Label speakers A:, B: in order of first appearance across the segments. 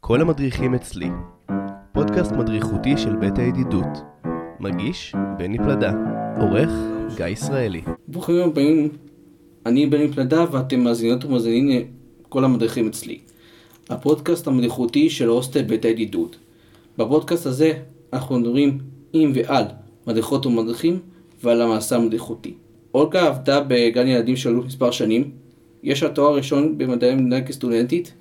A: כל המדריכים אצלי, פודקאסט מדריכותי של בית הידידות. מגיש בני פלדה, עורך גיא ישראלי.
B: ברוכים הבאים, אני בני פלדה ואתם מאזינות ומאזינים לכל המדריכים אצלי. הפודקאסט המדריכותי של הוסטל בית הידידות. בפודקאסט הזה אנחנו מדברים עם ועל מדריכות ומדריכים ועל המעשה המדריכותי. אולגה עבדה בגן ילדים של אלוף מספר שנים, יש לה תואר ראשון במדעי המדינה כסטודנטית,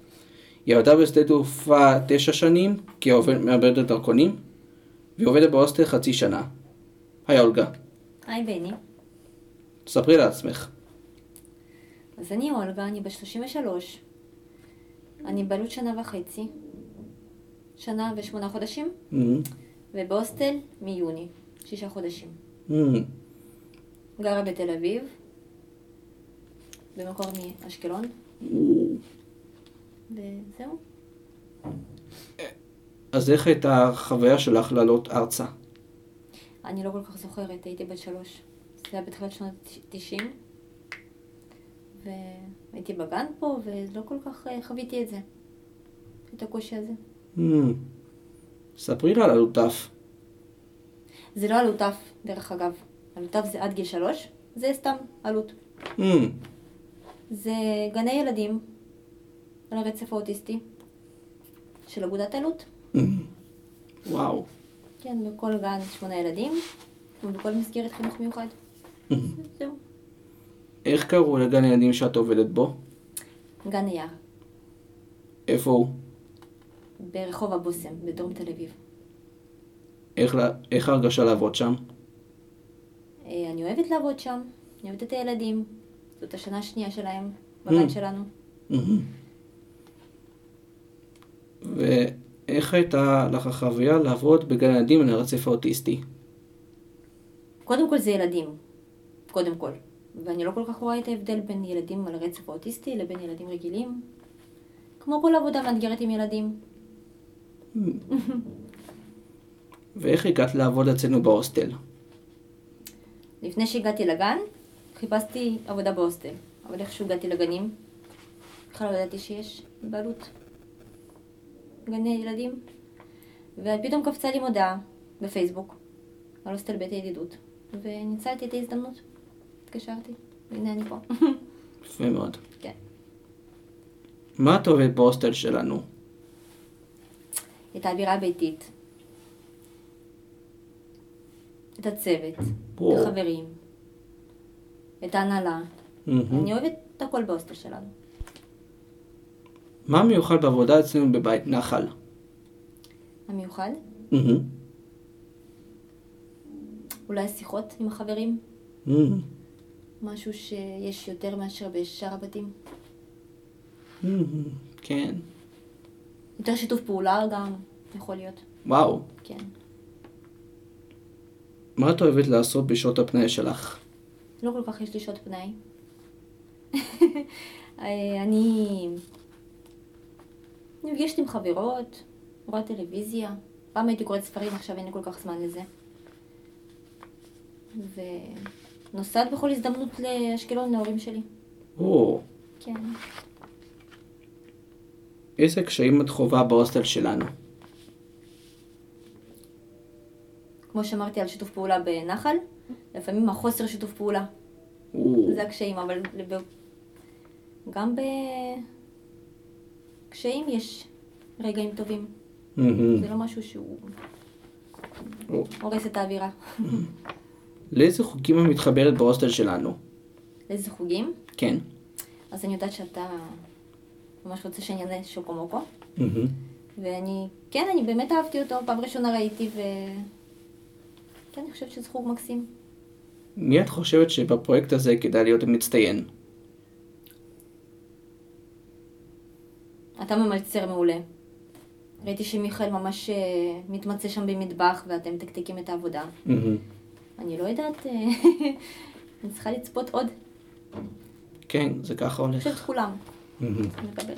B: היא עבדה בשדה תעופה תשע שנים כעובדת מעבדת דרכונים, והיא עובדת בהוסטל חצי שנה. היי אולגה,
C: היי בני,
B: ספרי לעצמך.
C: אז אני אולגה, אני בת 33. אני בעלות שנה וחצי, שנה ושמונה חודשים,
B: אמ,
C: ובהוסטל מיוני, שישה חודשים.
B: אמ,
C: גרה בתל אביב, במקור מאשקלון, וזהו.
B: אז איך הייתה החוויה שלך לעלות ארצה?
C: אני לא כל כך זוכרת, הייתי בת שלוש. זה היה בתחילת שנות תשעים, והייתי בגן פה, ולא כל כך אה, חוויתי את זה, את הקושי הזה.
B: אמ, ספרי לה על אלוטף.
C: זה לא עלותף, דרך אגב. עלותף זה עד גיל שלוש, זה סתם עלות.
B: אמ,
C: זה גני ילדים על הרצף האוטיסטי של אגודת אלו"ט.
B: וואו.
C: כן, בכל גן שמונה ילדים, ובכל מסגרת חינוך מיוחד. זהו.
B: איך קראו לגן הילדים שאת עובדת בו?
C: גן אייר,
B: איפה הוא?
C: ברחוב הבושם, בדרום תל אביב.
B: איך, לה- איך ההרגשה לעבוד שם?
C: אה, אני אוהבת לעבוד שם, אני אוהבת את הילדים. זאת השנה השנייה שלהם, בגן
B: Mm.
C: שלנו.
B: ואיך הייתה לך החוויה לעבוד בגן הילדים על הרצף האוטיסטי?
C: קודם כל זה ילדים, קודם כל. ואני לא כל כך רואה את ההבדל בין ילדים על הרצף האוטיסטי לבין ילדים רגילים. כמו כל עבודה מאתגרת עם ילדים.
B: ואיך הגעת לעבוד אצלנו בהוסטל?
C: לפני שהגעתי לגן, חיפשתי עבודה בהוסטל. אבל איכשהו הגעתי לגנים, בכלל לא ידעתי שיש בעלות גני ילדים. ופתאום קפצה לי מודעה בפייסבוק על הוסטל בית הידידות. וניצלתי את ההזדמנות. התקשרתי, והנה אני פה.
B: יפה מאוד.
C: כן.
B: מה את עובדת בהוסטל שלנו?
C: את האווירה הביתית, את הצוות, את
B: וואו.
C: החברים, את ההנהלה.
B: מהמם.
C: אני אוהבת את הכל בהוסטל שלנו.
B: מה מיוחד בעבודה אצלנו בבית נחל?
C: המיוחד,
B: מהמם.
C: אולי השיחות עם החברים,
B: מהמם.
C: משהו שיש יותר מאשר בשאר הבתים.
B: מהמם. כן.
C: יותר שיתוף פעולה גם, יכול להיות,
B: וואו.
C: כן.
B: מה את אוהבת לעשות בשעות הפנאי שלך?
C: לא כל כך יש לי שעות פנאי. אה, אני נפגשת עם חברות, רואה טלוויזיה. פעם הייתי קוראת ספרים, עכשיו אין לי כל כך זמן לזה. ונוסעת בכל הזדמנות לאשקלון להורים שלי.
B: או,
C: כן.
B: איזה קשיים את חווה בהוסטל שלנו?
C: כמו שאמרתי על שיתוף פעולה בנחל, לפעמים החוסר שיתוף פעולה.
B: או,
C: זה הקשיים, אבל לב- גם בקשיים יש רגעים טובים.
B: מהמם.
C: זה לא משהו שהוא
B: או.
C: הורס את האווירה.
B: לאיזה חוגים את מתחברת בהוסטל שלנו?
C: איזה חוגים?
B: כן.
C: אז אני יודעת שאתה ממש רוצה שאני אענה שוקו מוקו.
B: מהמם.
C: ואני, כן, אני באמת אהבתי אותו, פעם ראשונה ראיתי ו... כן, אני חושבת שזה חוג מקסים.
B: מי את חושבת שבפרויקט הזה כדאי להיות מצטיין?
C: אתה ממלצר מעולה. ראיתי שמיכאל ממש אה, מתמצא שם במטבח ואתם מתקתקים את העבודה.
B: מהמם.
C: אני לא יודעת, אה, אני צריכה לצפות עוד. אני
B: כן, זה ככה הולך.
C: חושבת כולם.
B: מהמם.
C: נקבל.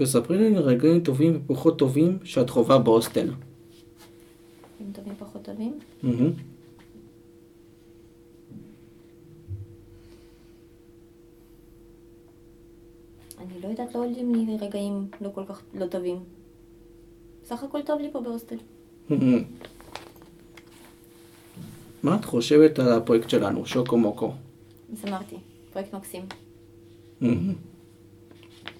B: וספרי לי על רגעים טובים ופחות טובים שאת חווה בהוסטל.
C: אם טובים פחות טובים.
B: מהמם.
C: אני לא יודעת, לא עולים לי רגעים לא כל כך לא טובים. בסך הכל טוב לי פה בהוסטל.
B: מה את חושבת על הפרויקט שלנו, שוקו מוקו?
C: אז אמרתי, פרויקט מקסים.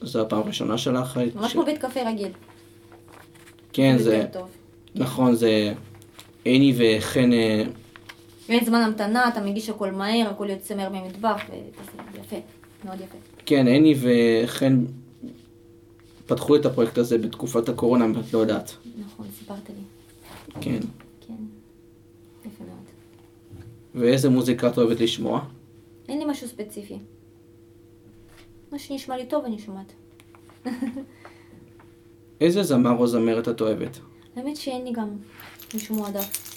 B: זו הפעם הראשונה שלך?
C: ממש
B: ש-
C: כמו בית קפה רגיל.
B: כן, זה...
C: יותר טוב.
B: נכון, זה... עיני וחן... אה,
C: אין זמן המתנה, אתה מגיש הכל מהר, הכל יוצא מהר מהמטבח, וזה יפה, מאוד יפה.
B: כן, עיני וחן פתחו את הפרויקט הזה בתקופת הקורונה, אם את לא יודעת.
C: נכון, סיפרת לי.
B: כן.
C: כן, יפה מאוד.
B: ואיזה מוזיקה את אוהבת לשמוע?
C: אין לי משהו ספציפי. מה שנשמע לי טוב אני שומעת.
B: איזה זמר או זמרת את אוהבת?
C: האמת שאין לי גם מישהו מועדף.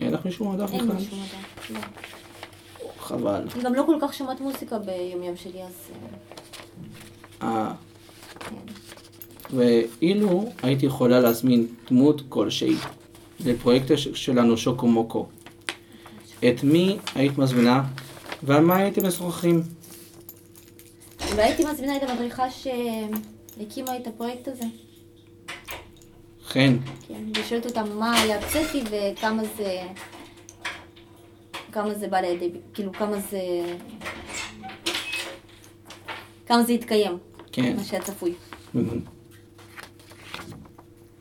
B: אין לך מישהו מועדף
C: אין לי
B: בכלל?
C: מישהו מועדף. לא.
B: חבל.
C: אני גם לא כל כך שומעת מוזיקה ביומיום שלי, אז אה,
B: אה,
C: כן.
B: ואילו הייתי יכולה להזמין דמות כלשהי לפרויקט הש- שלנו שוקו מוקו, את מי היית מזמינה ועל מה הייתם משוחחים?
C: אולי הייתי מזמינה את המדריכה שהקימה את הפרויקט הזה.
B: חן,
C: כן, ושואלת אותם מה היה הצפי וכמה זה... כמה זה בא לידי, כאילו כמה זה... כמה זה התקיים,
B: כן.
C: מה שהיה צפוי.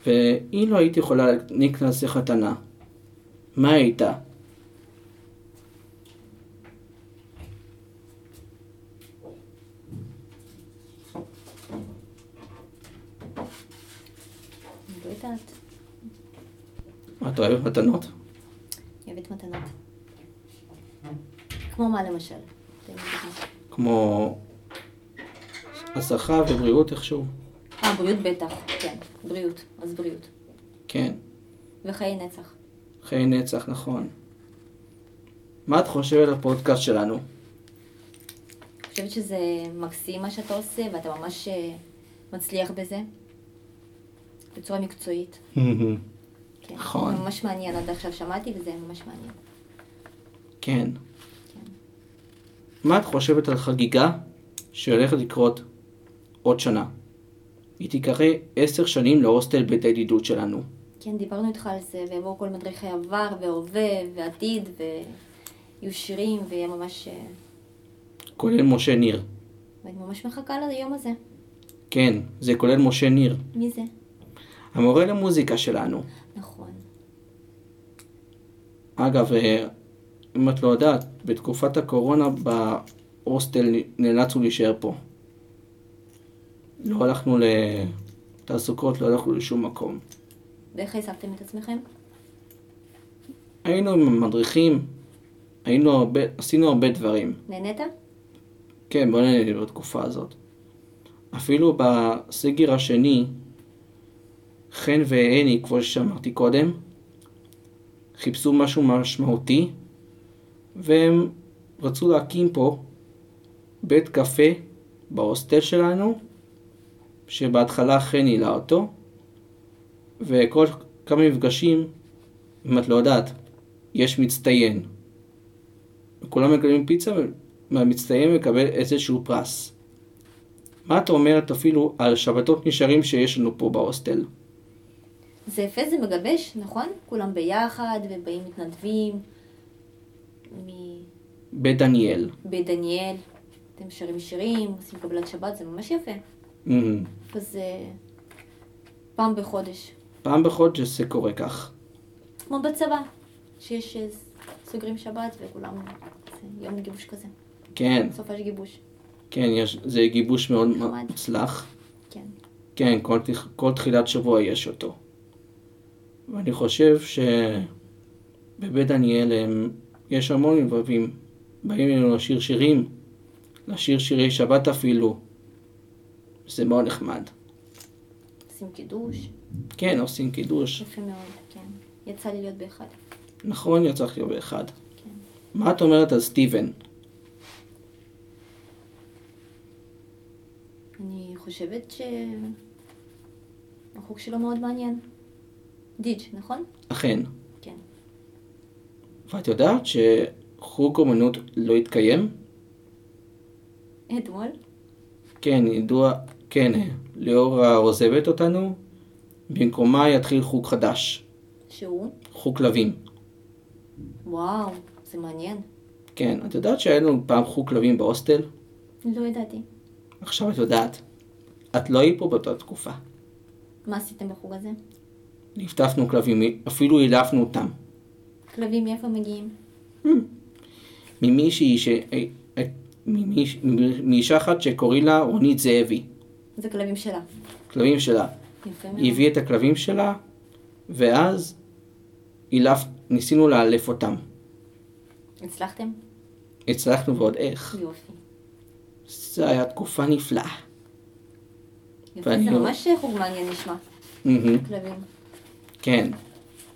B: ואילו היית יכולה להעניק לעצמך חתנה, מה הייתה?
C: אני לא יודעת,
B: את אוהבת מתנות?
C: אני אוהבת מתנות. כמו מה למשל? תן לי דוגמה.
B: כמו הסחה ובריאות איכשהו?
C: אה, בריאות בטח, כן, בריאות, אז בריאות.
B: כן.
C: וחיי נצח.
B: חיי נצח, נכון. מה את חושבת על הפודקאסט שלנו?
C: אני חושבת שזה מקסים מה שאתה עושה, ואתה ממש אה, מצליח בזה. בצורה מקצועית. כן.
B: נכון.
C: זה ממש מעניין, עד עכשיו שמעתי וזה ממש מעניין.
B: כן. מה את חושבת על חגיגה שהולכת לקרות עוד שנה? היא תיקרא עשר שנים להוסטל בית הידידות שלנו.
C: כן, דיברנו איתך על זה, ויבואו כל מדריכי עבר, והווה, ועתיד, ויהיו שירים, ויהיה ממש... אה,
B: כולל משה ניר.
C: ואני ממש מחכה ליום הזה.
B: כן, זה כולל משה ניר,
C: מי זה?
B: המורה למוזיקה שלנו.
C: נכון.
B: אגב, אה, אם את לא יודעת, בתקופת הקורונה בהוסטל נאלצנו להישאר פה. לא הלכנו לתעסוקות, לא הלכנו לשום מקום.
C: ואיך העסקתם את עצמכם?
B: היינו עם המדריכים, היינו הרבה, עשינו הרבה דברים.
C: נהנית?
B: כן, בוא נהנה בתקופה הזאת. אפילו בסגר השני, חן והני, כמו שאמרתי קודם, חיפשו משהו משמעותי, והם רצו להקים פה בית קפה בהוסטל שלנו, שבהתחלה חן העלה אותו, וכל כמה מפגשים, אם את לא יודעת, יש מצטיין. כולם מקבלים פיצה, והמצטיין מקבל איזשהו פרס. מה את אומרת אפילו על שבתות נשארים שיש לנו פה בהוסטל?
C: זה יפה, זה מגבש, נכון? כולם ביחד, ובאים מתנדבים. מבית
B: בדניאל.
C: דניאל. אתם שרים שירים, עושים קבלת שבת, זה ממש יפה.
B: אמ,
C: Mm-hmm. וזה פעם בחודש.
B: פעם בחודש זה קורה כך.
C: כמו בצבא, שיש אה, סוגרים שבת וכולם, זה יום גיבוש כזה,
B: כן,
C: סופש גיבוש,
B: כן, יש, זה גיבוש מאוד
C: נחמד.
B: מוצלח.
C: כן.
B: כן, כל, תח- כל תחילת שבוע יש אותו. ואני חושב שבבית דניאל הם, יש המון מבבים. באים אלינו לשיר שירים, לשיר שירי שבת אפילו. זה מאוד נחמד.
C: עושים קידוש,
B: כן, עושים קידוש.
C: יפה מאוד, כן. יצא לי להיות באחד.
B: נכון, יצא לי באחד.
C: כן.
B: מה את אומרת על סטיבן?
C: אני חושבת שהחוג שלו מאוד מעניין. דיג', נכון?
B: אכן.
C: כן.
B: ואת יודעת שחוג אומנות לא התקיים?
C: אתמול?
B: כן, ידוע, כן, ליאורה עוזבת אותנו, במקומה יתחיל חוג חדש,
C: שהוא?
B: חוג כלבים.
C: וואו, זה מעניין.
B: כן, את יודעת שהיה לנו פעם חוג כלבים בהוסטל?
C: לא ידעתי.
B: עכשיו את יודעת. את לא היית פה באותה תקופה.
C: מה עשיתם בחוג הזה?
B: נפטפנו כלבים, אפילו העלפנו אותם.
C: כלבים מאיפה מגיעים?
B: ממישהי ש... אה, אה, ממיש- מאישה אחת שקוראים לה רונית זאבי.
C: זה כלבים שלה.
B: כלבים שלה.
C: יפה מאוד.
B: היא הביאה את הכלבים שלה, ואז אילף, ניסינו לאלף אותם.
C: הצלחתם?
B: הצלחנו ועוד איך.
C: יופי.
B: זו הייתה תקופה נפלאה.
C: יופי,
B: ואני
C: זה
B: לא-
C: ממש חוג מעניין נשמע.
B: מהמם.
C: כלבים.
B: כן.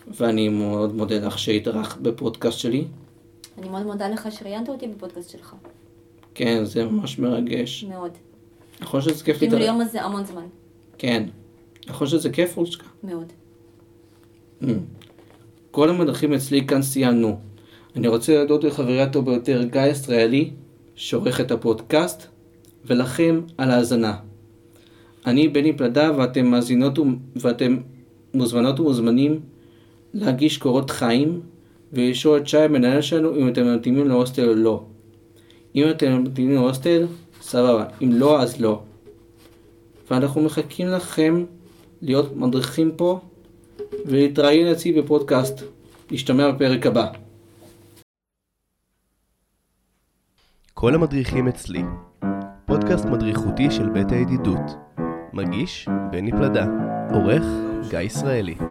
B: ואני מאוד מודה לך שהתארחת בפודקאסט שלי.
C: אני מאוד מודה לך שראיינת אותי בפודקאסט שלך.
B: כן, זה ממש מרגש.
C: מאוד.
B: נכון שזה כיף
C: כאילו
B: להתארח.
C: ליום הזה המון זמן.
B: כן. נכון שזה כיף, רוסקה.
C: מאוד.
B: Hmm. כל המדריכים אצלי כאן סיימנו. אני רוצה להודות לחברי הטוב ביותר גיא ישראלי, שעורך את הפודקאסט, ולכם על ההאזנה. אני בני פלדה ואתם מאזינות ו... ואתם מוזמנות ומוזמנים להגיש קורות חיים ולשאול את שי המנהל שלנו אם אתם מתאימים להוסטל או לא. אם אתם מתאימים להוסטל, סבבה, אם לא אז לא. ואנחנו מחכים לכם להיות מדריכים פה ולהתראיין אצלי בפודקאסט. נשתמע בפרק הבא.
A: כל המדריכים אצלי. פודקאסט מדריכותי של בית הידידות. מגיש בני פלדה. עורך גיא ישראלי.